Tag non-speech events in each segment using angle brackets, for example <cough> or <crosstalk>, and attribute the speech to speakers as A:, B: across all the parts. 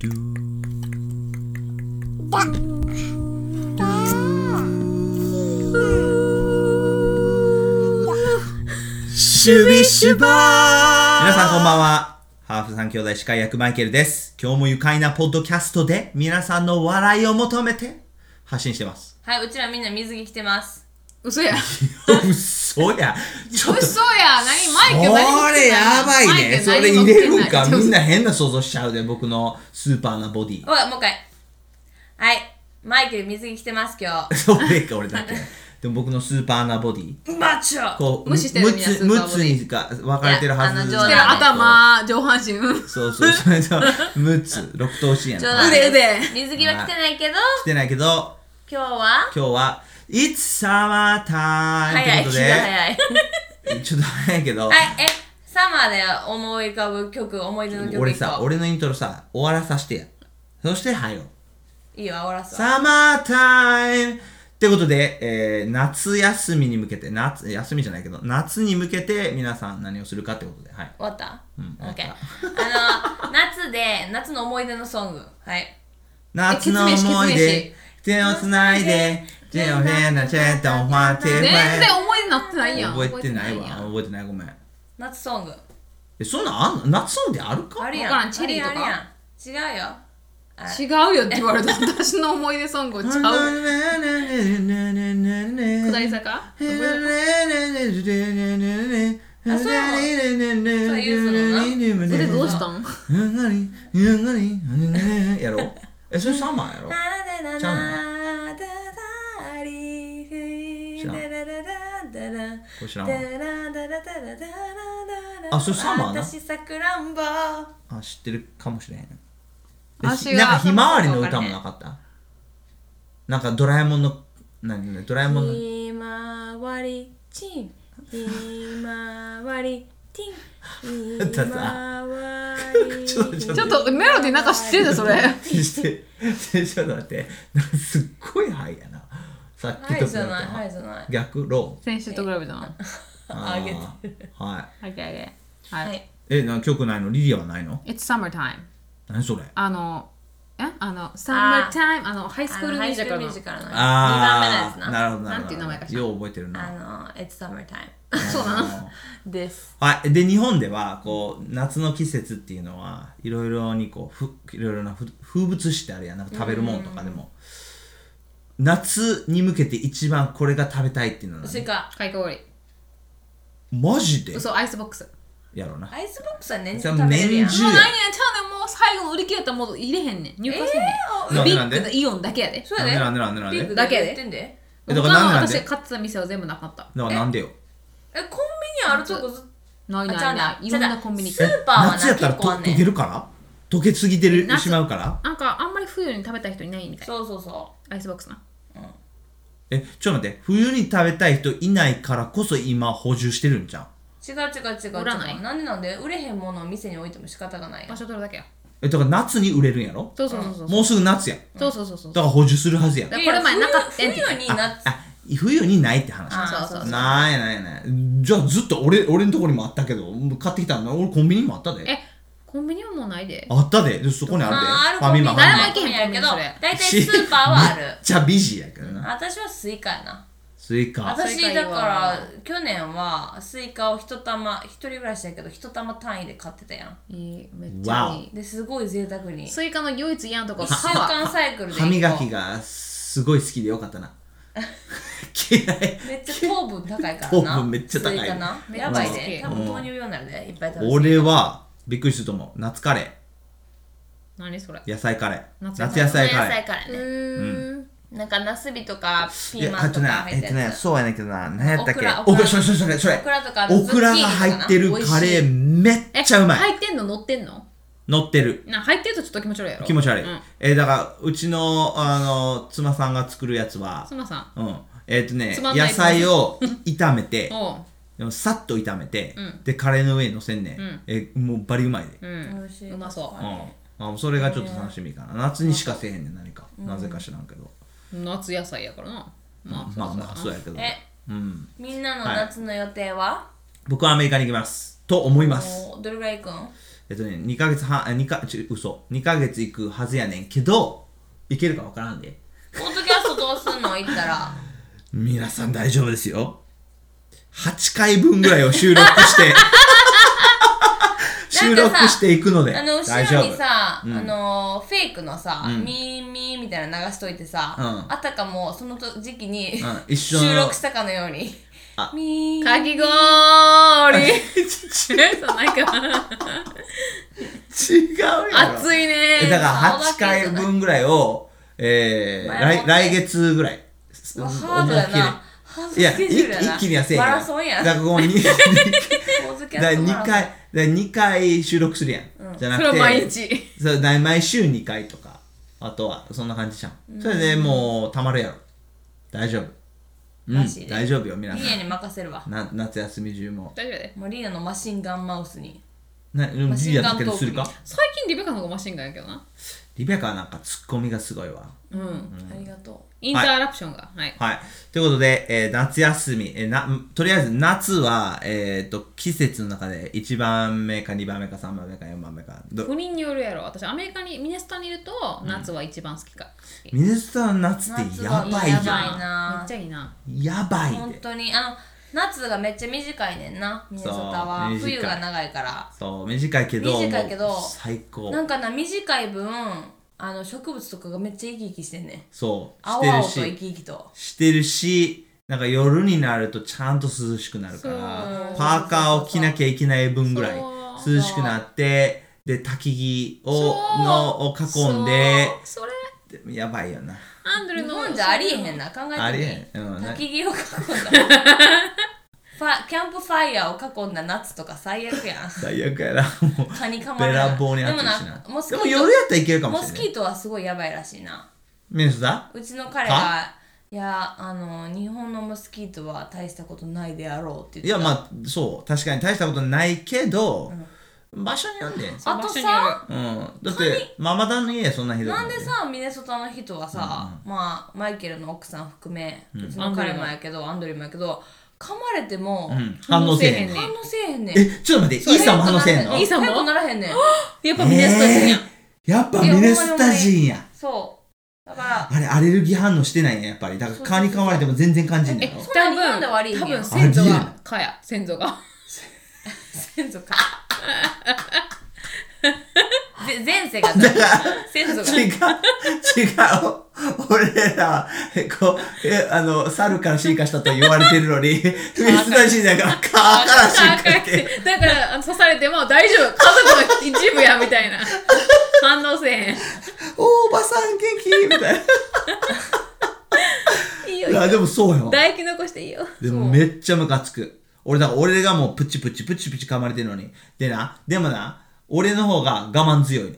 A: ドゥー
B: だだ
A: シュビシュバー皆さんこんばんは。ハーフ三兄弟司会役マイケルです。今日も愉快なポッドキャストで皆さんの笑いを求めて発信してます。 <laughs>
C: はいうちらみんな水着着てます
D: 嘘や。
A: 嘘や。ちょっと。
D: 嘘や。何マイ
A: そ
D: ケル何も着
A: れ
D: てない
A: やばいね。それ入れるんか。みん。な変な想像しちゃうで、僕のスーパーなボディ。
D: <laughs>
C: おいもう一回はいマイケル水着着てます今日
A: それか、俺だけ。でも僕のスーパーなボディ。
C: マッチョ
A: こう、
D: 無視してるんや
A: 6つ、
D: スーパー
A: 6
D: ボ
A: つ
D: ディ
A: にか分かれてるはず
C: いやあの冗
D: マイケル何も着てな
C: 談
D: いで頭、上半身、うん
A: そうそう、 <laughs> それと、6つ、6頭身や
C: 冗
A: な。
C: 談
D: 腕腕
C: 水着は着てないけど
A: 来てないけど、
C: 今日は
A: 今日は、It's summer time!
C: 早い
A: ということ
C: 気が
A: で、
C: 早い
A: ちょっと早いけど、
C: はいえサマーで思い浮かぶ曲思い出の曲
A: 俺
C: 一個
A: さ、俺のイントロさ、終わらさせてや。そして、はよ。
C: いいよ煽らすわ
A: Summer time! ってことで、えー、夏休みに向けて、夏、休みじゃないけど、夏に向けて皆さん何をするかってことで、はい。
C: 終わった
A: うん
C: オッケー
A: 終わっ
C: あの夏で夏の思い出のソングはい
A: 夏の思い
D: ケツメイシ
A: 出、手をつないで、手をねなちゃったおまて
D: 全然思い出になってないやん。
A: 覚えてないわ。
D: 覚えて
A: 覚えてない、ごめん。
C: 夏ソング
A: え、そんなんあんの夏のであるか
C: あるやん
D: わからんチェリーと
C: あ
D: か
C: るやんあるやん違うよあ
D: 違うよって言われた私の思い出ソングをちゃう。下り坂それどうしたん
A: やろえ、それサマーやろちゃう知らんれ知らんわあそれサマーな
C: 私さくらんぼ
A: あ、知ってるかもしれへん。
D: 足
A: なんか
D: が
A: ひまわりの歌もなかったなんかドラえもんの、何何ドラえもんの。
C: ひまわりチンひまわりテ
A: <laughs>
C: ィンひまわり
A: ちょっとちょっ
D: ちょっとメロディーなんか知ってるでそれ。
A: して、ちょっと待って、なんかすっごいハイやな。さっきと
C: はい
A: 比
C: じ
A: べ
C: ゃ
A: た
C: ないは
A: ら
C: いじゃない
A: 逆ロ
D: 先週と比べたの。
A: ー。あ
C: 上げて
A: ーは
D: あげあげ。
C: は
D: はい。
C: い
A: い。え、な曲ないのリリアはないの
D: It's summertime。
A: 何それ
D: あの、えあの、
C: あー
D: summertime。あの、ハイス
C: あ
D: クー
C: の
D: ルミ
C: ハ
D: ュー
C: イ
D: ジ
C: ス
D: カ
C: クー
D: ル
C: ルミュ
D: の
C: ー。ジカルの
A: あ
C: 二番目のやつ
A: ー、
C: な
A: なるほどなるほど。
D: なんていう名前かしら
A: よう覚えてる
C: あ
A: な。
C: の、It's Summertime
A: そうな
C: です。
A: はい、で日本ではこう夏の季節っていうのはいろいろにこうふいろいろなふ風物詩ってあるやんなんか食べるものとかでも夏に向けて一番これが食べたいっていうのは、
C: それ
A: ね、
C: か、
D: かき氷。
A: マジで
D: 嘘、アイスボックス。も
A: やろうな
C: アイスボックスは年
A: それ
C: 中食
A: も
C: べれるや
A: 年
C: ん。
A: 中
D: う
A: や
D: 何やちゃうねんもう最後の売り切れたらもう入れへんねん。入荷せんね
A: えー
D: ん。ビ
A: なん
D: ッ
A: でな
D: グ
A: んで
D: とイオンだけやで。
C: そうや
A: なんでなんでなんで
C: ビッグ
D: だけや
C: 売
D: で
C: ってんで。
A: え
D: 他
A: だ
D: の
A: からなんでなん
D: 私
A: で
D: 買ってた店は全部なかった。
A: だからなんでよ
C: え、コンビニあるとこず
D: ない
C: あちゃ
D: な
C: うな
D: いない。いろんなコンビニ
C: スーパーはな
A: 夏やったら
C: 結
A: と
C: 構あんね
A: 溶け
C: ん。
A: るから溶けすぎてる
D: 夏
A: しまうから
D: なんかあんまり冬に食べたい人いないみたい。
C: そうそうそ
D: アイスボックスな。
A: えちょっと待って冬に食べたい人いないからこそ今補充してるんじゃん
C: う。違う違う違う
D: 売らな
C: 違。
D: いう
C: なんでなんで売れへんものを店に置いても仕方がないや
D: 場
C: ん。
D: 所取るだけや。
A: えだから夏に売れるんやろ
D: そうそうそうそう。
A: もうすぐ夏やん
D: そうそうそうそう。
A: だから補充するはずやん
D: これ前なかった
C: い
D: や
C: や
D: んけ
C: 冬冬になっ
A: あ冬にないって話
C: あ
D: そうそうそう。
A: ないないないじゃあずっと俺俺のところにもあったけど買ってきたんだ俺コンビニもあったで
D: え、コンビニはもうないで。
A: あったででそこにあるで
C: あある
A: フ
C: コ
A: ァ
C: ン
A: ミ
C: ビ
A: マ
C: ニ
A: フ
D: 誰
A: ァミ
D: も行けへん
C: やけど
D: コンビニそれ、
C: 大
A: <laughs>
C: 体
A: し
C: スーパーはあ
A: マめっ
C: る。
A: ちゃビジーやけどな
C: <laughs> 私はスイカやな。
A: スイカ
C: 私
D: スイカいいわ
C: だから去年はスイカを一玉一人暮らしだけど一玉単位で買ってたやん
D: いい、めっちゃいい。
C: ですごい贅沢に
D: スイカの唯一嫌なとこ
C: 1
D: は
C: 週
D: 皮。
C: 間サイクルで一個
A: 歯磨きがすごい好きでよかった
C: <laughs>
A: な嫌い
C: めっちゃ糖分高いからな
A: <laughs> 糖分めっちゃ高い
C: スイカな
D: めっちゃ
C: や
D: 好き
C: ばいで
D: う
C: 多分糖尿病になるでいっぱい食べて
A: 俺はびっくりすると思う夏カレ
D: 何それ。
A: ー野菜カレー夏
D: 夏
A: 野菜
C: 野
A: カレ
C: 菜
A: ー
C: からね
D: うん。
C: なんかナスビとか
A: い
C: ピー
A: や
C: マ
A: あ
C: ンと
A: と
C: か
A: ね
C: 入
A: え
C: っ
A: ってと
C: る
A: ね
C: やつ
A: そうやねんけどな何やったっけ
C: オクラ
A: オクラそれそれそれそれ
C: オクラとかズッキー
A: オ
C: ニ
A: クラが入ってる
C: とかな
A: カレーめっちゃうまい
D: 入ってんの乗ってんの
A: 乗ってる
D: な入ってるとちょっと気持ち悪いやろ。
A: 気持ち悪い、
D: うん
A: えーだからうちのあの妻さんが作るやつは
D: すまさん。
A: うんえっ、とね
D: つまん
A: 野
D: ない
A: 菜
C: <laughs>
A: を炒めて
D: おう。
A: でもさっと炒めて、
D: うん
A: でカレーの上にのせんね、
D: ん
A: えーもうバリうまいで、
D: う
C: 美
D: ん
C: 味しい。
D: うまそ
A: うんあもうそれがちょっと楽しみかな夏にしかせえへんねん何か、なぜか知らんけど
D: う。夏野菜やからな。まあ、
A: まあまあそうやけど
C: え
A: うん
C: みんなの夏の予定は
A: 僕はアメリカに行きますと思います
C: もうどれぐらい行くん
A: えっとね、2ヶ月半、あ2か、ち嘘、2ヶ月行くはずやねんけど、行けるかわからんで。
C: ポッドキャストどうす
A: <laughs>
C: んの言ったら。
A: 皆さん大丈夫ですよ。8回分ぐらいを収録して、収録していくので、
C: あの、後
A: 大丈
C: ろに <laughs>
A: 夫。
C: さ、
A: うん
C: あの、フェイクのさ、
A: ん
C: ミーミーみたいなの流しといてさ、
A: うん
C: あたかもその時期に、 <laughs>
A: うん一緒の
C: 収録したかのように。
A: あ
C: ミー
D: かき氷え <laughs> そうなんか
A: 違うよ。
D: <laughs> 熱い
A: えだ
D: ね
A: から8回分ぐらいを、えー、
C: 前
A: 来
C: もって
A: 来月ぐらい。
C: ハード
A: 思
C: や
A: いっきり
C: な。ハード
A: いや、
C: スケ
A: 一
C: ジ
A: 気
C: ュールやな
A: 一気にはせえへん
C: マ
A: よ。
C: ラソンやん。
A: だからここ
C: <laughs>
A: に
C: ポッドキャ
A: だ
C: ストマラソ
A: 2
C: ン
A: 回、だ2回収録するやん。じゃな
D: そ
A: く
D: れ
A: て、
D: を毎日
A: そうだ毎週2回とか、あとはそんな感じじゃん。それでもう、たまるやろ。大丈夫。う
C: マ
A: ん
C: ジ、で
A: 大丈夫よ、皆
C: リ
A: さ
C: ーナに任せるわ。
A: ん。な夏休み中も。
D: 大丈夫だよ
C: もうリーナのマシンガンマウスに。
A: な、でも
C: マシ
A: リ
C: ン
A: リア
C: ガ
A: だ
C: ン
A: け
C: トーク
A: どするか
D: 最近リベカの方がマシンガンやけどな
A: リベカはなんかツッコミがすごいわ。
D: うん
C: ありがと
D: インターラプションがはい
A: はい。ということで、えー夏休み、えーな、とりあえず夏は、えっ、と、季節の中で1番目か2番目か3番目か4番目か。ど
D: 国によるやろ私アメリカにミネスタにいると夏は一番好きか、
A: ミネストの夏
C: う。
A: ってやばいよ
C: 夏。がやばいな
D: めっち。ゃいいな
A: やばい
C: 本
A: で。
C: 当に、あの、夏がめっちゃ短いねんな、ミネソタは。
A: そう短い
C: 冬が長いから。
A: そう、短いけど、
C: 短いけど
A: もう最高。
C: なんかな、短い分、あの、植物とかがめっちゃ生き生きしてんねん。
A: そう、し
C: 青
A: て
C: 々
A: る
C: と生き
A: し、
C: 生きと。
A: してるし、なんか夜になるとちゃんと涼しくなるから、パーカーを着なきゃいけない分ぐらい
D: そ
A: 涼しくなって、で、焚き木を、の、を囲んで、
D: そうそれ
A: でやばいよな。
D: アンド
C: 日
D: レの
C: 本じゃありえへんな、考えてみ
A: ありえへんうん
C: 焚き木を
A: <laughs>
C: 囲んだ。ファキャンプファイヤーを囲んだ夏とか最悪
A: <laughs>
C: やん。
A: 最悪やな。もう、
C: 蚊に噛ま
A: べ
C: れる
A: らぼうに暑いし
C: でも
A: な。
C: なモスキ
A: で
C: ート
A: も夜やったらいけるかも
C: モ
A: し
C: ス
A: れな
C: キ
A: い。
C: ートはすごいやばいらしいな。
A: ミネスト
C: うちの彼が、いや、あの、日本のモスキートは大したことないであろうって
A: い
C: 言っ
A: や、
C: てた。
A: まあ、そう。確かに大したことないけど、場所によんで。
C: あと
D: 場所による
C: さ、
A: うん、だってママダンの家そんなひどい
C: なん
A: ね
C: でさ、ミネソタの人はさ、まあ、マイケルの奥さん含め、うちの彼もやけど、アンドリューもやけど、噛まれても、
A: うん、反応せえへんね
C: 反応せえへんねん。
A: えちょっと待ってイーサンも反応せえへんの
C: イーサンも
D: イーサンも
C: ならへんねん。
D: やっぱミネスタ人や、
A: えーやっぱミネスタ人や
C: そう。だから、
A: あれアレルギー反応してないねやっぱりだから蚊に噛まれても全然感じん
D: え
A: ねよ
C: そんな日本ではありえへん
D: 多
C: やん
D: 分先祖
A: ありえな
D: が
A: い
D: かや先
A: <laughs>
D: 祖が
C: 先祖か。ぜ前世がだ先祖
A: 違う違
C: が。
A: う俺らえこうえあの猿から進化したと言われてるのにミネスタ人だから蚊から進化して
D: だからあの刺されても大丈夫家族の一部やみた
A: <laughs>
D: いな反応せえへん
A: おおばさん元気みたい
D: いい
A: ないやでもそうやわ
D: 唾液残していいよ
A: でもめっちゃムカつく。俺だから俺がもうプチプチプチプチ噛まれてるのに。でな、でもな、俺の方が我慢強いねん。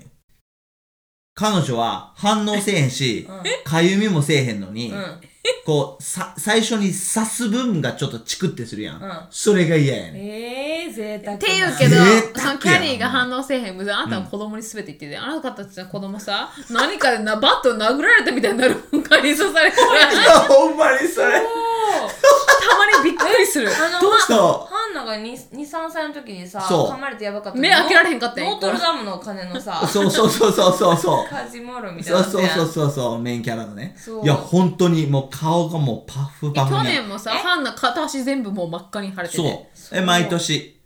A: 彼女は反応せえへんし、かゆみもせえへんのに、
C: うん。
A: こう、さ、最初に刺す部分がちょっとチクってするやん。
C: うん
A: それが嫌やねん。
C: えー、贅沢な。
D: って言
A: <laughs>
D: うけど
A: 贅、沢やん
D: そのキャリーが反応せえへん。別にあなたは子供に全て言ってて、あなたたちの子供さ、何かでなバット殴られたみたいになるもんか、リゾされ
A: <laughs>
D: て。た
A: ほんまにそれ。
D: まにびっくりする。
C: あの、
A: どうした
C: まハンナが2、3歳の時にさ、
A: そう
C: 噛まれてやばかった
D: 目開けられへんかったやん
C: ノートルダムの鐘のさ、
A: そうそうそうそうそうそう。
C: カジモールみたい
A: そ
C: な
A: う
C: やつ
A: そう
C: や
A: そう
C: ん。
A: そうそう、メインキャラのね
C: そ。う
A: いや、本当にもう顔がもうパフパフ
D: 去
A: ね
D: 年もさ、ファンの片足全部もう真っ赤に腫れてて。
A: そう。え、毎年。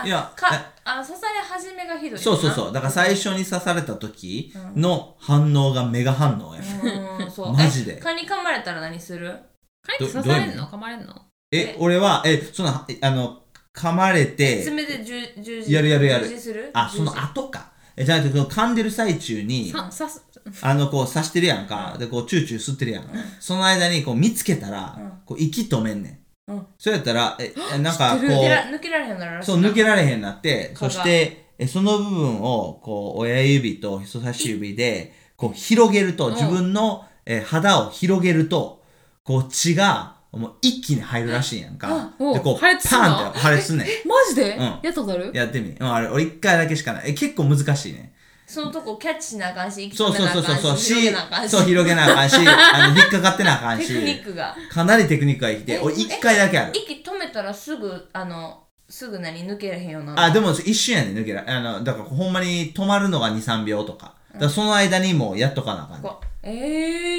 C: あ
A: いや
C: かあ、刺され始めがひどい。
A: そうそうそう。だから最初に刺された時の反応がメガ反応や。
C: うーん、そ
A: <laughs>
C: う。
A: マジで
C: え蚊に噛まれたら何する
D: カニって刺されんの噛まれんの
A: え、俺は、え、その、えあの、噛まれて、
C: 爪で十十字。
A: やるやるやる
C: 十字する
A: あ、その
C: 十字
A: 後か。え、じゃなくて、その噛んでる最中に、
D: さ刺す。
A: あの、こう刺してるやんか。で、こう、チューチュー吸ってるやん。その間に、こう、見つけたら、こう、息止めんねん。
C: うん
A: そうやったら、え、えなんか、こ
C: 抜けら
A: う、
C: 抜けられへんようになるらしい
A: そう、抜けられへんなって、
C: 蚊
A: そし
C: が
A: て、え、その部分を、こう、親指と人差し指で、こう、広げると、自分の、えー肌を広げると、こう、血が、もう一気に入るらしいやんか。
D: お
A: で、こう、パ
D: 破裂すんの
A: ーンって破裂すんねん。
D: マジで、
A: うん
D: やったことある
A: やってみ。うん、あれ、俺一回だけしかない。え、結構難しいね。
C: そのとこキャッチしなあかんし、息
A: そ
C: 止
A: う
C: め
A: そう
C: なあ
A: そうそうそ
C: か
A: うん
C: し、広げなあかんし。
A: そう、広げなあかんし、あの、引っかかってなあかん
C: テ
A: し
C: ク、ニックが。
A: かなりテクニックがいって、俺一回だけある。
C: 息止めたらすぐ、あの、すぐ何抜けらへんような
A: あ、でも一瞬やね、抜けらあの、だからほんまに止まるのが2、3秒とか。だからその間にもうやっとかなあかんね、
C: こうえ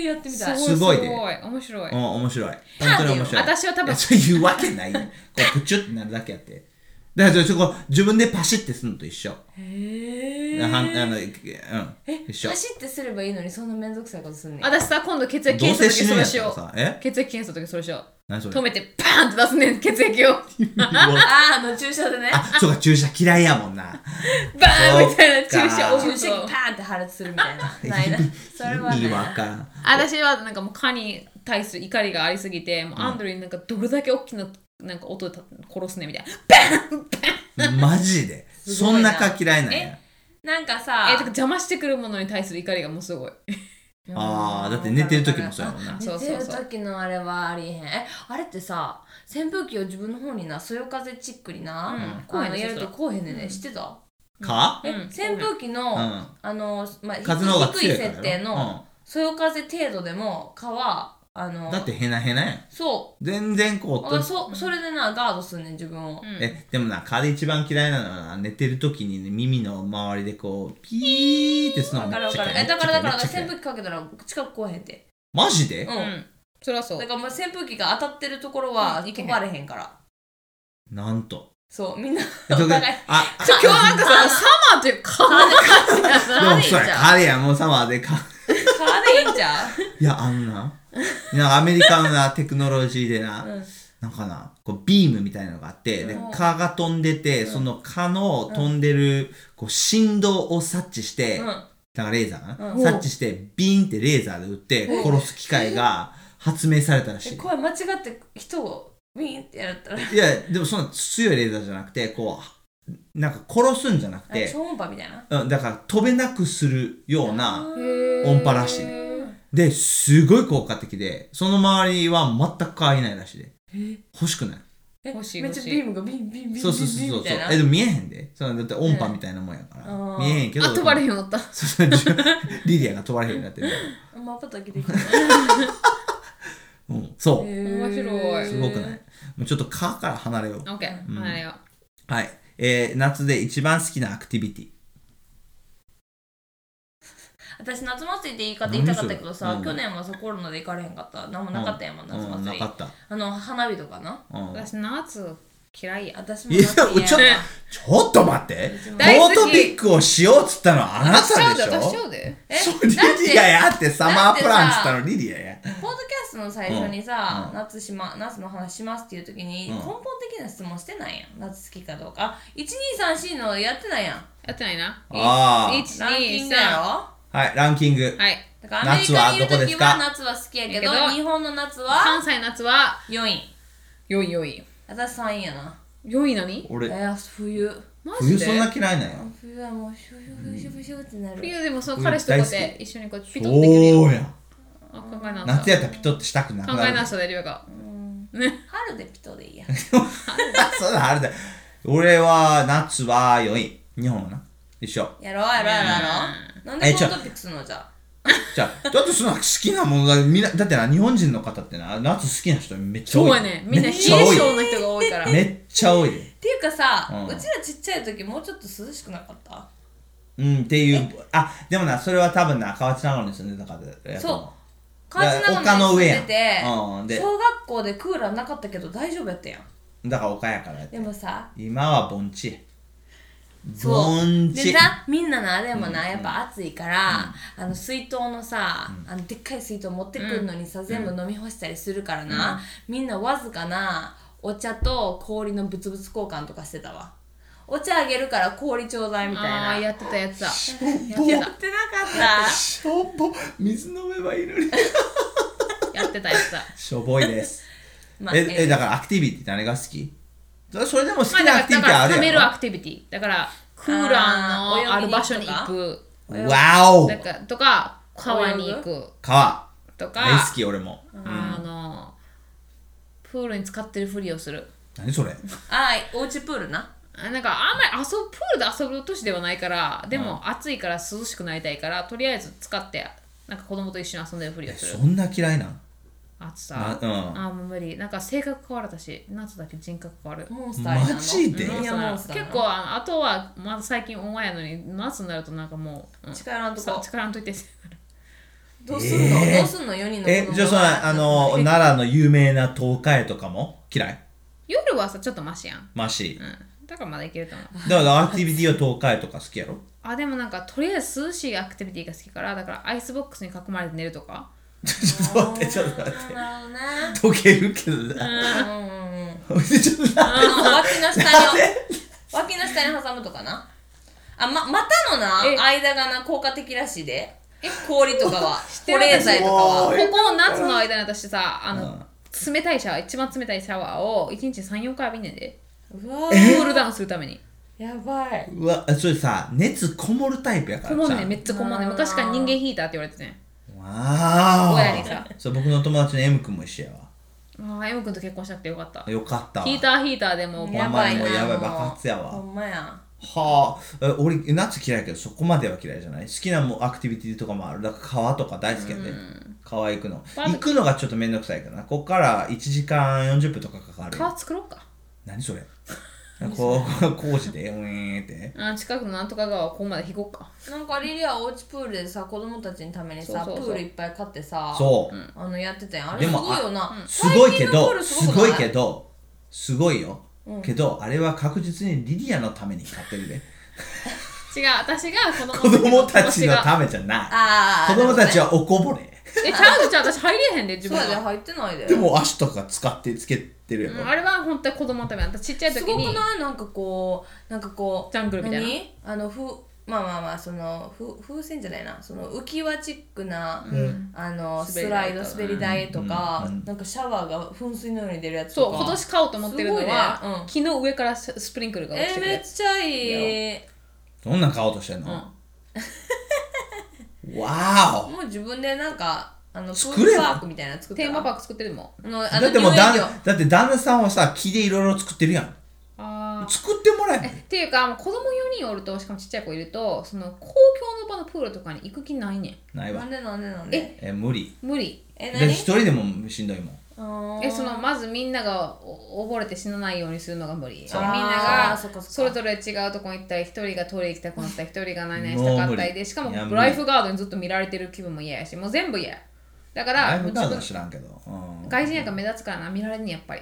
C: ー、やってみたい
A: すごいね
D: すごい面白い、
A: うん、面白い。
C: ン
A: 本
C: って
A: 当
C: いう
A: に面白い。
D: 私は多分
A: いやそういうわけないやん。こう、プチュってなるだけやって。だからそこ、自分でパシってするのと一緒。へはんあの、うん。一緒。
C: 走ってすればいいのにそんな面倒くさいことすんねん
D: 私さ今度血液
A: どう
D: 検査
A: せ死ぬん
D: の時それ
A: やっ
D: したよ
A: ら
D: う
A: さ、え
D: 血液検査の時それしよ
A: 何そうれ
D: 止めてパーンって出すねん血液を
C: ああの注射でね
A: <laughs> あ、そうか、注射嫌いやもんな。
D: バーンみたいな
A: そう
D: 注
A: か
D: 射を
C: 注射器パーンって破裂するみたいなないなそれは
A: 意味
C: ね
A: わからん。
D: 私はなんかもう蚊に対する怒りがありすぎてもうアンドリューになんかどれだけ大きななんか音で殺すねみたいな
A: マジ
C: <laughs>
A: で。そんなか嫌いなんや。
C: なんか
D: えー、
C: さ
D: てか邪魔してくるものに対する怒りがもうすごい。
A: ああ、だって寝てる時もそうやもんな。
D: そう
C: 寝
D: そ
C: て
D: う
C: る
D: そう
C: 時のあれはありえへんえあれってさ扇風機を自分の方になそよ風チックにな、
D: うん
C: こういう
D: こうへん
C: の
D: ね
C: やる
D: そ
C: と
D: したら
C: こうへんねんね、知ってた
A: か
C: え、
D: うん
C: 扇風機の、
A: うん
C: あの、まあ、
A: 風の方が
C: 低
A: 強い
C: い
A: からやろ
C: 設定の、そよ風程度でも蚊はあの
A: だってへなへなやん。
C: そう
A: 全然こう
C: あそそれでなガードすんねん自分を、
A: えでもな蚊で一番嫌いなのはな寝てる時に、ね、耳の周りでこうピーってするの
C: わか
A: がめっ
C: るわ
A: ち
C: か
A: ゃ
C: る
A: 嫌
C: え
A: い
C: だからだ
A: め
C: か
A: っ
C: ら
A: ちゃ嫌い
C: 扇風機かけたら近く来おへんて
A: マジで
C: うん、
D: うん。それはそう
C: だ。からもう扇風機が当たってるところは
D: うんいけへ
C: 飛
D: ん
C: ばれへんから
A: なんと
C: そうみんな
A: え
C: お
A: <laughs> それで
C: 互い
A: ああ
D: 今日なんかさ、サマーっていうか、感じがさ。
A: でも
C: いじ
A: そ
C: ゃん
A: れ蚊やもうサマーで蚊
C: 蚊でいいんちゃう
A: <laughs> いやあんななんかアメリカのなテクノロジーでな、
C: うん
A: なんかなこうビームみたいなのがあって、で
C: うん
A: 蚊が飛んでて、その蚊の飛んでるこう振動を察知して、
C: うん
A: だからレーザーかな、
C: うん
A: 察知してビーンってレーザーで撃って殺す機械が発明されたらし
C: え
A: い
C: 声間違って人をウィーンって
A: <laughs>
C: やったら
A: いやでもそんな強いレーザーじゃなくてこうなんか殺すんじゃなく
C: あ
A: て
C: 超音波みたいな
A: うんだから飛べなくするような
D: へー
A: 音波らしいねですごい効果的でその周りは全く蚊いないらしいで欲しくない
C: え
D: 欲しい
C: めっちゃ
D: 欲しい
C: ビームがビンビンビンビンビン
A: そうそうそうそう
C: みたいな
A: えでも見えへんでそうだって音波みたいなもんやから、
C: うん
A: 見えへんけど
D: あ、飛ばれへん
A: ん
D: ようになった。
A: そうそうじゅリリアが飛ばれへんようになってる、
C: まばたきできた
A: うん、そう、
D: 面白い
A: すごくないもうちょっと蚊から離れよう
D: オッケー。離れよ
A: はい、えー、夏で一番好きなアクティビティ
C: 私夏祭りで言い方言いたかったけどさ
A: 何それ
C: 去年はさコロナで行かれへんかった何もなかったやもん夏
A: うん、な
C: 祭り
A: かった
C: あの花火とかな
A: うん
D: 私、夏嫌いや。
C: 私も
A: いや、
C: 夏
A: ちょっと、
C: 嫌
A: ちょ
C: やな
A: っと待って。ト
D: 大好
A: ー
D: き
A: トピックをしようっつったのはあなたでし
D: 出しちゃ
A: ょ
D: うで。
C: え
A: そう、
C: だって
A: リリアやって、サマープランっつっ
C: だっ
A: た
C: てさ
A: のリリアや。
C: ポッドキャストの最初にさ、
A: うん
C: 夏しま夏の話しますっていう時に、
A: うん
C: 根本的な質問してないやん夏好きかどうかあ1234のやってないやん
D: やってないな。
A: あー
D: 1、
C: ランキン
D: 2、
C: グや
D: 3。
C: ろ
A: はい、ランキング。
D: はい。
C: だからアメリカに
A: 夏は
C: いる
A: どこで
C: 時
A: す
C: は
A: か
C: 夏は好きやけど
D: やけど
C: 日本の夏
D: 関
C: は
D: 西夏は、
C: 4位
D: 良い良い。
C: 私3位やな
D: 良い何
C: え
A: 俺、
C: ー、冬
D: マ
A: 冬
D: ジで
A: そんな嫌いなんや。
C: 冬はもうシュシュシュシュシュってなる
D: 冬でもその彼氏とこうやっ
A: 冬大
D: て
A: 好
D: 一緒にこうピトってできる
A: そう
D: よ。
A: やん。
D: あ、考えなさ
A: 夏やったらピトッとしたくなく
D: 考
A: な
D: え
A: る
D: な。さで、りょうが。
C: 春でピトでいいや
A: <laughs> そうだ、あれだ。俺は、夏は4位。日本はな。一緒。
C: やろうやろうやろうやろうなんで
A: え
C: こ
A: ちょ
C: のトピックすんのじゃあ
A: じゃあ、だってその好きなものが、みんな、だってな、日本人の方ってな、夏好きな人めっちゃ
D: そ
A: 多い。
D: うやね。みんな
A: めっ
D: 冷え
A: ちゃ多い
D: 性な人が多いから。
A: めっちゃ多いで。
C: っていうかさ、
A: う
C: うんちらちっちゃい時もうちょっと涼しくなかった
A: うん、っていう、あ、でもな、それは多分な、河内長野に住んでたからやと思
C: そう川島
A: 丘の
C: の
A: 上
C: 上
A: や
C: に住んでて、
A: うんで
C: 小学校でクーラーなかったけど大丈夫やったやん
A: う。だから岡やからやって
C: でもさ
A: 今は盆地。
C: そう
A: 盆
C: で
A: 地。
C: なみんななでもな、やっぱ暑いから、あの水筒のさ、あのでっかい水筒持ってくるのにさ、全部飲み干したりするからな、みんなわずかなお茶と氷のブツブツ交換とかしてたわお茶あげるから氷ちょうだいみたい
D: あ
C: な
D: あー
C: や
D: やってたやってた
C: ってなかった
A: しょぼ、水飲めばいいのに。
D: やってたやってた
A: しょぼいです。
C: まあ
A: <laughs> え、え、
C: え
A: だからアクティビティって何が好きそそれでも好き
D: まあ
A: なア
D: だ
A: クティビ
D: からだか
A: ティあ
D: ら
A: る
D: ため
A: や
D: る
A: ろ
D: アクティビティだからクーラーの
C: あー
D: ある場所に行く
A: わお
D: だからとか川に行く
A: 川。
D: とか
A: 大好き、俺も。
D: あのプールに使ってるふりをする
A: 何それ
C: あーおうちプールな
D: あなんかあんまり遊ぶプールで遊ぶ年ではないからでも暑いから涼しくなりたいからとりあえず使ってなんか子供と一緒に遊んでるふりをす
A: そ
D: る <laughs>
A: んな嫌いなん
D: 暑さ、
A: あうん
D: あもう無理なんか性格変わる私夏だけ人格変わる
C: モンスターになるの
A: マジで
C: うんいやモンスターな
D: 結構ああとはまだ最近オンワイやのに夏になるとなんかもう、うん、
C: 力のと
D: さ
C: こ
D: 力んといて <laughs>
C: どうすんの、
A: えー
C: どうすんの4人の
A: え
C: 子供
A: じゃあその
C: が
A: あの
C: え
A: 奈良の有名な東海とかも嫌い
D: 夜はさちょっとマシやん、
A: マシ
D: うん、だからまだいけると思う
A: だからアクティビティは東海とか好きやろ <laughs>
D: あでもなんかとりあえず涼しいアクティビティが好きからだからアイスボックスに囲まれて寝るとか
A: ちょっと待ってちょっと待って
C: なるほどね
A: 溶けるけどな
C: うんうんう
A: <laughs>
C: ん
A: ちょっとな <laughs>
C: あ脇の下に脇の下に挟むとかなあま股のな
D: え
C: 間がな効果的らしいで氷とか <laughs> は
D: て
C: 保
D: る
C: 冷剤とか
D: こ
C: は
D: こ夏の間に私さあの、冷たいシャワー一番冷たいシャワーを1日34回浴びんねんで
C: うわ
D: クールダウンするために
C: やばいう
A: わそれさ熱こもるタイプやか
D: こ
A: ら
D: もん
A: さ
D: ねんめっちゃこもんねん
C: あー
D: 昔から人間ヒーターって言われてね
A: わ
D: 親に
A: あ
D: さ
A: そう僕の友達の M 君も一緒やわ
D: ああ M 君と結婚しなくてよかった
A: よかったわ
D: ヒーターヒーターでもう
A: や
D: バン
A: ば
D: バ
A: い
D: ン
A: もうやばい
C: もう
A: 爆発やわ
C: ほんまや
A: はあえ俺夏嫌いやけどそこまでは嫌いじゃない好きなもうアクティビティとかもあるだから川とか大好きやで、川行くの
D: バーベ
A: 行くのがちょっとめんどくさいけどなこっから1時間40分とかかかる
D: 川作ろうか
A: 何それこう工事でウィーンって
D: あ近くのなんとか川をここまで引こうか
C: なんかリリアおうちプールでさ子供たちのためにさ
D: そうそうそう
C: プールいっぱい買ってさ
A: そう、
C: あのやってたやんあれ
A: ですも
C: ごい
A: あ
C: よな
A: すごいけ
C: 最近のプー
A: ど
C: ル
A: す
C: す
A: ご
C: ごく
A: い
C: ない
A: けどすごいよ、けどあれは確実にリリアのために買ってるで
D: 違う私が子供
A: <laughs> 子供たちの
D: 私が
A: ためじゃない
C: ああ
A: 子供たちはおこぼれ
D: <laughs> えちゃうのちゃう私入れへんで自
C: そう
D: 分
C: やで
D: は
C: 入ってないで
A: でも足とか使ってつけてるや
D: う
A: ろ、
D: んあれは本当に子供のため私ちっちゃい
C: す
D: 時
C: ごく
D: に
C: ないなんかこうなんかこう
D: ジャングルみたいな
C: 何あのふまあまあまあそのふ風船じゃないなその浮き輪チックな、あの
D: 滑
C: ス
D: り
C: ラ
D: 台
C: イ
D: と
C: ド
D: か
C: 滑り台とか、
A: うんうん
C: なんかシャワーが噴水のように出るやつ
D: そ
C: と
D: う
C: か
D: 今年買おうと思ってるのは、
C: すごいねうん
D: 昨日上からスプリンクルが落ち
C: え
D: てくる
C: め
D: や
C: っ
D: つ、
C: ちゃいい
A: どんなん買おうとしてんの、
D: うん
A: <laughs> わー
C: もう自分でなんかあのプ
A: 作
C: ー
A: れ
C: ルパークみたいなの作った
D: テー
C: ら
D: マパーク作ってるもん
C: あのあ
A: お
C: の
A: だってもう
C: 入
A: だ
C: 園料
A: だって旦那さんはさ木でいろいろ作ってるやん
D: あー
A: 作ってもらえ
D: えっていうかもう子供4人おるとしかもちっちゃい子いるとその公共の場のプールとかに行く気ないねん
A: ない
C: な
A: わ
C: んでなんでなんで
A: え無理
D: 無理
C: え
A: で
C: 何
A: 一人でもしんどいもん
C: あー
D: えそのまずみんながお溺れて死なないようにするのが無理
C: そう
D: みんな
C: あー
D: が
C: そっかそっか
D: それぞれ違うとこに行ったり一人がトイレ行きたくなったり一人が何々し
A: もう
D: た
A: 無理
D: かったりでしかも
A: いや無理
D: ライフガードにずっと見られてる気分も嫌やしもう全部嫌やだから
A: ライフガードは
D: 自
A: 知らんけど、うん
D: 分、外人やから目立つからな見られんねんやっぱり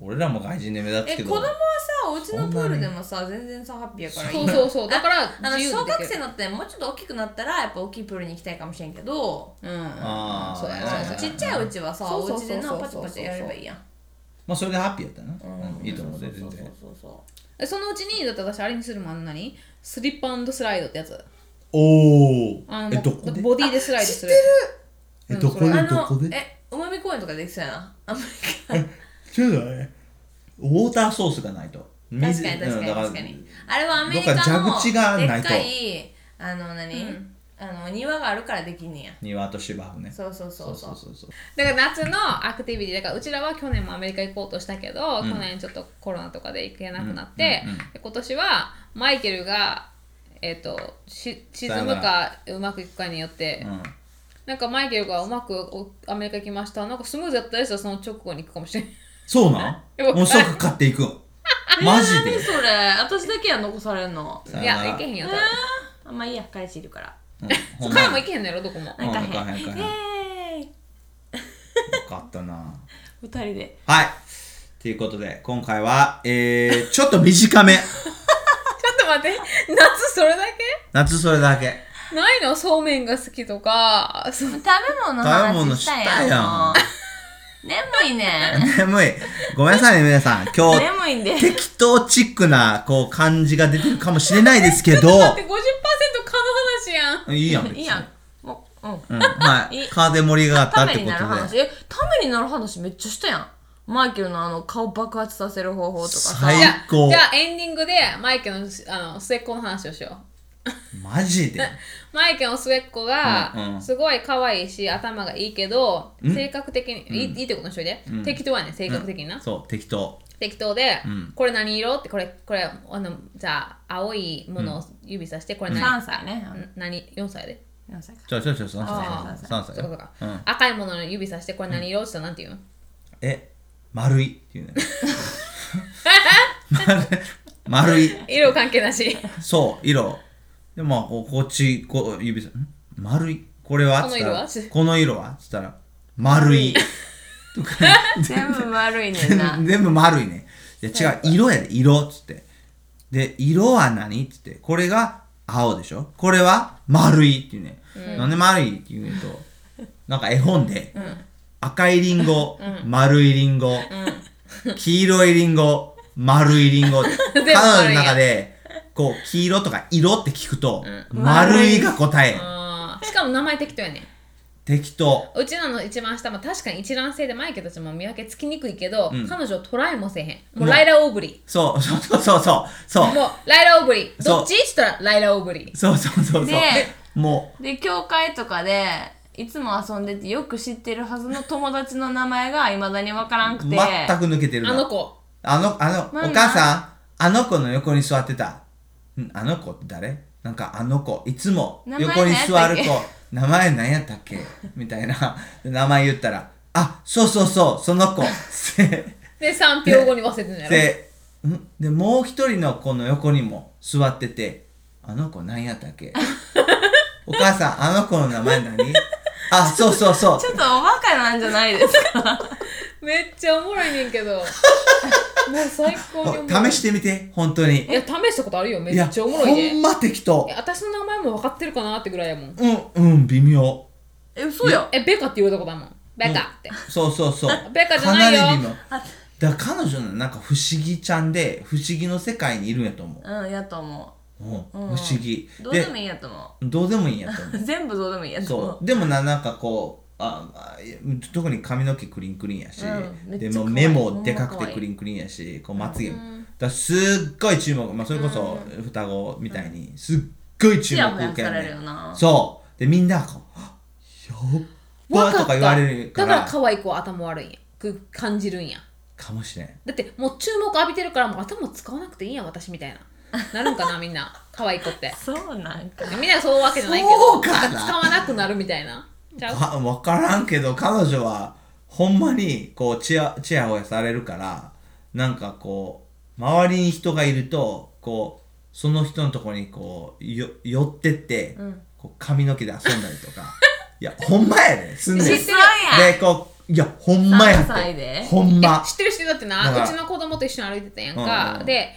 A: 俺らも外人で目立つ
C: え
A: け
C: 子
A: ど
C: 供はさお家のプールでもさ全然さハッピーやからいい
D: そ
C: よ
D: うそうそうだから
C: あの
D: 自由
C: 小
D: にでき
C: 学
D: る
C: 生になってもうちょっと大きくなったらやっぱ大きいプールに行きたいかもしれんけど
D: うん
A: あー
D: そうや
A: はいはい
D: そ
A: は
D: うや
C: ちっちゃいうちはさ
D: そう
C: お
D: そうそう
C: 家でな
D: そう
C: パチパチやればいいやん
A: まあそれでハッピーやったな、うん
C: うん
A: いいと思うで
C: そ
A: 全
C: うそう
A: 然
C: そうそ
D: えそのうちにだって私あれにするもんあんなにスリップスライドってやつ
A: おお
D: あの
A: え
D: もう
A: どこで
D: ボディでスライドする
A: えどこで
C: うあ
A: どこ
C: の
A: で
C: えうまみ公園とかできそうやなあんまり
A: ちょっとねウォーターソースがないと
C: 確
A: 水
C: かに確かに
A: うんだら
C: 確かにあれはアメリカ
A: どっか
C: の
A: 蛇口がない
C: でっ
A: と
C: かいあの何、
D: うん
C: あの庭があるからできんねや
A: 庭と芝生ね
C: そうそうそうそう
A: そうそう
D: だから夏のアクティビティだからうちらは去年もアメリカ行こうとしたけど、去年ちょっとコロナとかで行けなくなって、
A: うんうん
D: で今年はマイケルが、えっとし沈むかうまくいくかによって、
A: うん
D: なんかマイケルがうまくおアメリカ行きましたなんかスムーズやったでしたらその直後に行くかもしれない
A: そうなん
D: よく
A: もう即買っていくんマジで
C: 何それ私だけやん残されんの
A: さ
D: い
A: よな
D: や
A: ら
D: 行けへんよ多
C: あんまいいや彼氏いるから
A: うんほ
D: 分
A: んま
D: 彼も
A: や
D: 行けへんのやろどこも
A: うん行かへん
C: イ
A: 行かへんよ
C: エーイ
A: かったな
C: 二人で
A: はいということで今回はえーちょっと短め
D: ちょっと待って夏それだけ
A: 夏それだけ
D: ないのそうめんが好きとかそう
C: 食べ物の話したやん
A: 食べ物したや
C: 眠いね
A: 眠いごめんなさいね皆さん今日
C: <laughs> 眠いんで
A: 適当チックなこう感じが出てるかもしれないですけど
D: だって50%蚊の話やん
A: いいやん別に
C: いいやんもううん
A: うんはいい
C: い
A: 川で盛り上がった
C: た
A: っ
C: め
A: て
C: に
A: こ
C: なる
A: と
C: 話
A: で
C: えためになる話めっちゃしたやんマイケルのあの顔爆発させる方法とかさ
A: 最高
D: じゃあエンディングでマイケルのあの末っ子の話をしよう
A: マジで
D: マイケルの末っ
A: う
D: 子
A: んうん
D: がすごい可愛いし頭がいいけど性格的にいいいいってことの人で
A: ん
D: 適当やね性格的にな
A: そう適当
D: 適当で
A: うん
D: これ何色ってこれこれあのじゃあ青いものを指さしてこれ
C: 3
D: 何
C: 歳ね
D: 何4歳で
C: 4歳か
A: ちょちょちょ、3歳
C: あー。
A: 3歳
D: そうかそうか
A: うん
D: 赤いものの指さしてこれ何色って言ったらなんて言うの <laughs>
A: え、丸いっていうね。丸丸い。
D: 色関係なし
A: <laughs> そう、色。で、まあ、こうこっち、こう、指さ、ん丸い。これは
D: この色は
A: つったらこの色はつったら、丸い。
C: 全部丸いねんな
A: <laughs> 全部丸いね。いや、違う、色やで、色っつって。で、色は何っつって、これが青でしょこれは丸いっていうね。なんで丸いって言うと、なんか絵本で、赤いリンゴ、丸いリンゴ、黄色いリンゴ、丸いリンゴって、
D: 全部丸いやん
A: 彼女の中で、こう、黄色とか色って聞くと、丸いが答え。
D: あーしかも名前適当やね
A: 適当。
D: うちらの一番下も確かに一覧性でマイケルたちも見分けつきにくいけど、彼女をトライもせえへんもう
A: まあ
D: ライラ・オーブリ
A: そう、そうそうそうそう。そ
D: ーもうライラ・オーブリー
A: そう
D: どっちって言ったらライラ・オーブリー
A: うそうそうそうそう
C: で。
A: もう。
C: で教会とかでいつも遊んでてよく知ってるはずの友達の名前がいまだにわからんくて
A: 全く抜けてるな
D: あの子
A: あのあの
C: ママ
A: お母さんあの子の横に座ってたんあの子って誰なんかあの子いつも横に座る子名前何やったっけみたいな名前言ったらあそうそうそうその子せ
D: で3票後に忘れてんの <laughs> やろ
A: でんでもう一人の子の横にも座っててあの子何やったっ
D: <laughs>
A: けお母さんあの子の名前何あそうそうそう
C: ちょっとおバカなんじゃないですか
D: めっちゃおもろいねん
A: <laughs>
D: けどもう最高におもろい
A: 試してみて本当に
D: いや試したことあるよめ
A: いや
D: っちゃおもろい
A: ほん
D: ね
A: ま適当
D: いや私の名前も分かってるかなってぐらいやもん
A: うんうん微妙
C: え嘘よ
D: えベカって言われたことあるもんベカって、
A: そうそうそう
D: ベカじゃないよ
A: かなり微妙だから彼女のなんか不思議ちゃんで不思議の世界にいるんやと思
C: うんやと思
A: う、うん
C: うん
A: 不思議
C: うどうでも <laughs> いいやと思
A: どうでもいいんやと思
C: <laughs> う全部どうでもいいや
A: う
C: と思う
A: そうでもななんかこうあまあいや特に髪の毛クリンクリンやし、
C: うんめっち
A: で
C: ゃ
A: も
C: 可愛い
A: 目もでか
C: ほ
A: く
C: んま可愛
A: て
C: い
A: クリンクリンやしこうまつげも、だからすっごい注目、まあ、それこそ双子みたいにすっごい注
C: ち
A: 目
C: やほや
A: 受け
C: さ
A: んね
C: れ
A: ん
C: るよな
A: そうでみんながこうあ「やっば」
D: わか
A: と
D: った
A: か言われるか
D: だ
A: ら
D: から可愛い子は頭悪いんやく感じるんや
A: かもしれん
D: だってもう注目浴びてるからもう頭使わなくていいやん私みたいななるんかなみんな可愛い子って
C: そうなんか
D: みんなそうわけじゃないけ
A: そう
D: ど
A: かな
D: 使わなくなるみたいなちゃう
A: わ分からんけど彼女はほんまにこうちやちやほやされるからなんかこう周りに人がいるとこうその人のとこにこうよ寄ってって、こう髪の毛で遊んだりとかいやほんまやで、すんねん
D: 知
A: で
D: って
C: そうや
A: こういやほんまや
C: 3歳で
A: てほん
D: <laughs>
A: ま
D: 知ってる人だって
A: だか
D: な
A: ら
D: うちの子供と一緒に歩いてたやん
A: うんうん
D: か、
A: うん
D: で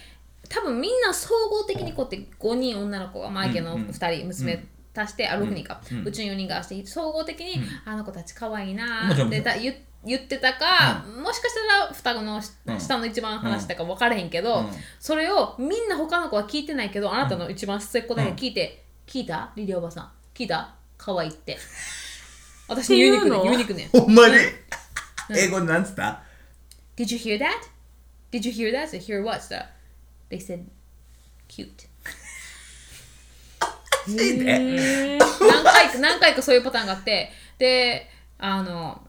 D: 多分みんな総合的にこうやって5人女の子がマイケルの2人娘、足してあ6人か、う
A: うん
D: ちの4人が足して総合的に、あの子たち可愛いな
A: もちろん
D: ってだ言言ってたか、もしかしたら双子のし
A: うん
D: 下の一番話したか分からへんけど、
A: うん
D: それをみんな他の子は聞いてないけどあなたの一番末っ子だけ聞いて、聞いたリリおばさん聞いた可愛い
A: <laughs>
D: って私に言いにく
C: ってい
D: ね
C: うの
D: 言いにくね
A: ほんまに英語でなんつった
D: Did you hear that? Did you hear that? So hear what? So they said cute. 何
A: <laughs>
D: 回か何回かそういうパターンがあってであの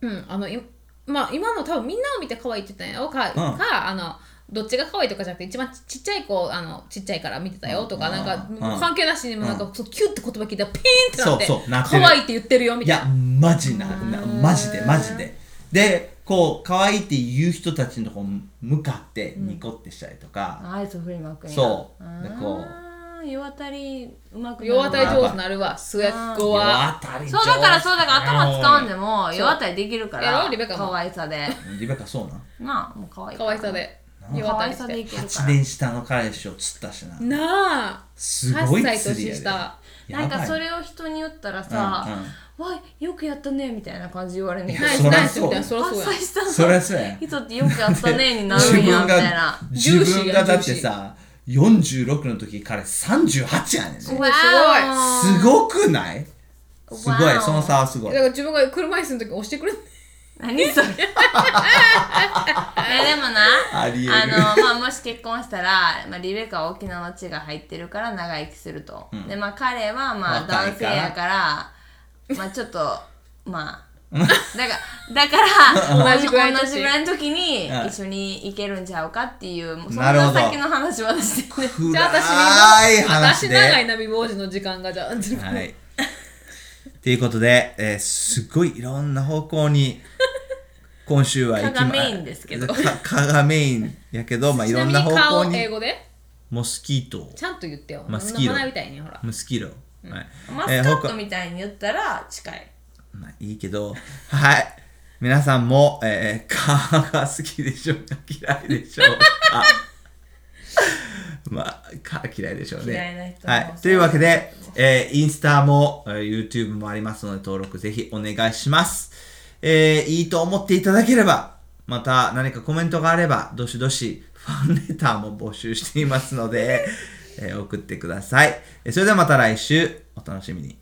D: うんあのいまあ今の多分みんなを見て可愛いって言ったんやろか,、
A: うん
D: かあのどっちが可愛いとかじゃなくて一番ちちっちゃい子あのちっちゃいから見てたよとか、なんか、
A: うん
D: 関係なしにもなんか、そうキュって言葉聞いたらピーンってなって
A: そうそうなってる
D: 可愛いって言ってるよみ
A: い
D: たい
A: や
D: な
A: マジななマジでマジででこう可愛いって言う人たちのとこ向かってニコってしたりとか、
C: アイス振りまくんや
A: そう
C: あ
A: で
C: ー
A: こ
C: 世渡りうまくなる
D: 世渡り上手になるわ末っ子
A: う
D: は。
A: 世渡り
C: そうだからそうだから頭使わんで
A: も
C: も世渡りできるか
D: や
C: ら
D: ろリベカも
C: 可愛さで
A: リベカそうな
C: なあもう可愛い
D: 可愛さで世
C: 可
D: 渡
C: 愛
D: りし
C: さでい
D: て
C: けるか
A: 8
C: ら
A: 年下の彼氏を釣ったしな
D: なあ
A: すごい
D: 8歳
A: 釣りや
D: 年
A: で
D: 下
A: やば
C: ないんかそれを人に言ったらさ「わいよくやったね」みたいな感じ言われるんや
D: ナ
A: や
D: イス
A: そら
D: ナイスみたいなそ
A: そ
D: りゃそう
C: 8
D: やん
C: 歳下の
A: そりゃそうや
C: 人ってよくやったねにな
A: 自
C: るんや
A: 分
C: みたいな
A: が自分が
D: ジュ
A: だ
D: ー
A: っ
D: シー
A: て
D: やジューシー
A: さ46の時彼38やねんねす
D: ごいす
C: すい
A: ごくないすごい
C: わお
A: その差はすごい
D: だから自分が車椅子の時押してくれん
C: 何それえでもな
A: ありえる
C: あの、まあ、もし結婚したら、まあ、リベカは沖縄の血が入ってるから長生きすると、でまあ彼はまあ
A: 若い
C: 男
A: か
C: 性
A: ら
C: やからまあちょっとまあだからだから
D: 同じぐらいの
C: 同じぐらいの時に
A: うん
C: 一緒に行けるんちゃうかっていうもうそん
A: なるほ
C: な
A: ど
C: 先の話はして
A: <laughs>
C: ね
A: 暗
D: じゃあ私
A: い
D: も私
A: 話で。
D: 長いナビ坊主の時間がじゃあ、 <laughs>
A: はい。ということで、えーすっごいいろんな方向に今週は行きま
C: 蚊がメインですけど
A: か蚊がメインやけど、まあ、い
D: ち
A: ろ
D: なんみ
A: な
D: に
A: 方向
D: 顔英
A: に
D: 語で
A: モスキート
D: ちゃんと言ってよ。
A: まあ
D: 学
A: スキーロ
D: びたいね、ほら。
A: モスキート、はい
C: マ
A: え
C: ス
A: ー
C: カ
A: 方
C: ッ
A: 向
C: トみたいに言ったら近い
A: まあいいけどはい皆さんも、えー、蚊が好きでしょうか嫌いでしょうかまあ蚊嫌いでしょうね
C: 嫌いな人も
A: はいというわけで、えーインスタも、えー YouTube もありますので登録ぜひお願いします、えーいいと思っていただければまた何かコメントがあればどしどしファンレターも募集していますので、えー送ってくださいえーそれではまた来週お楽しみに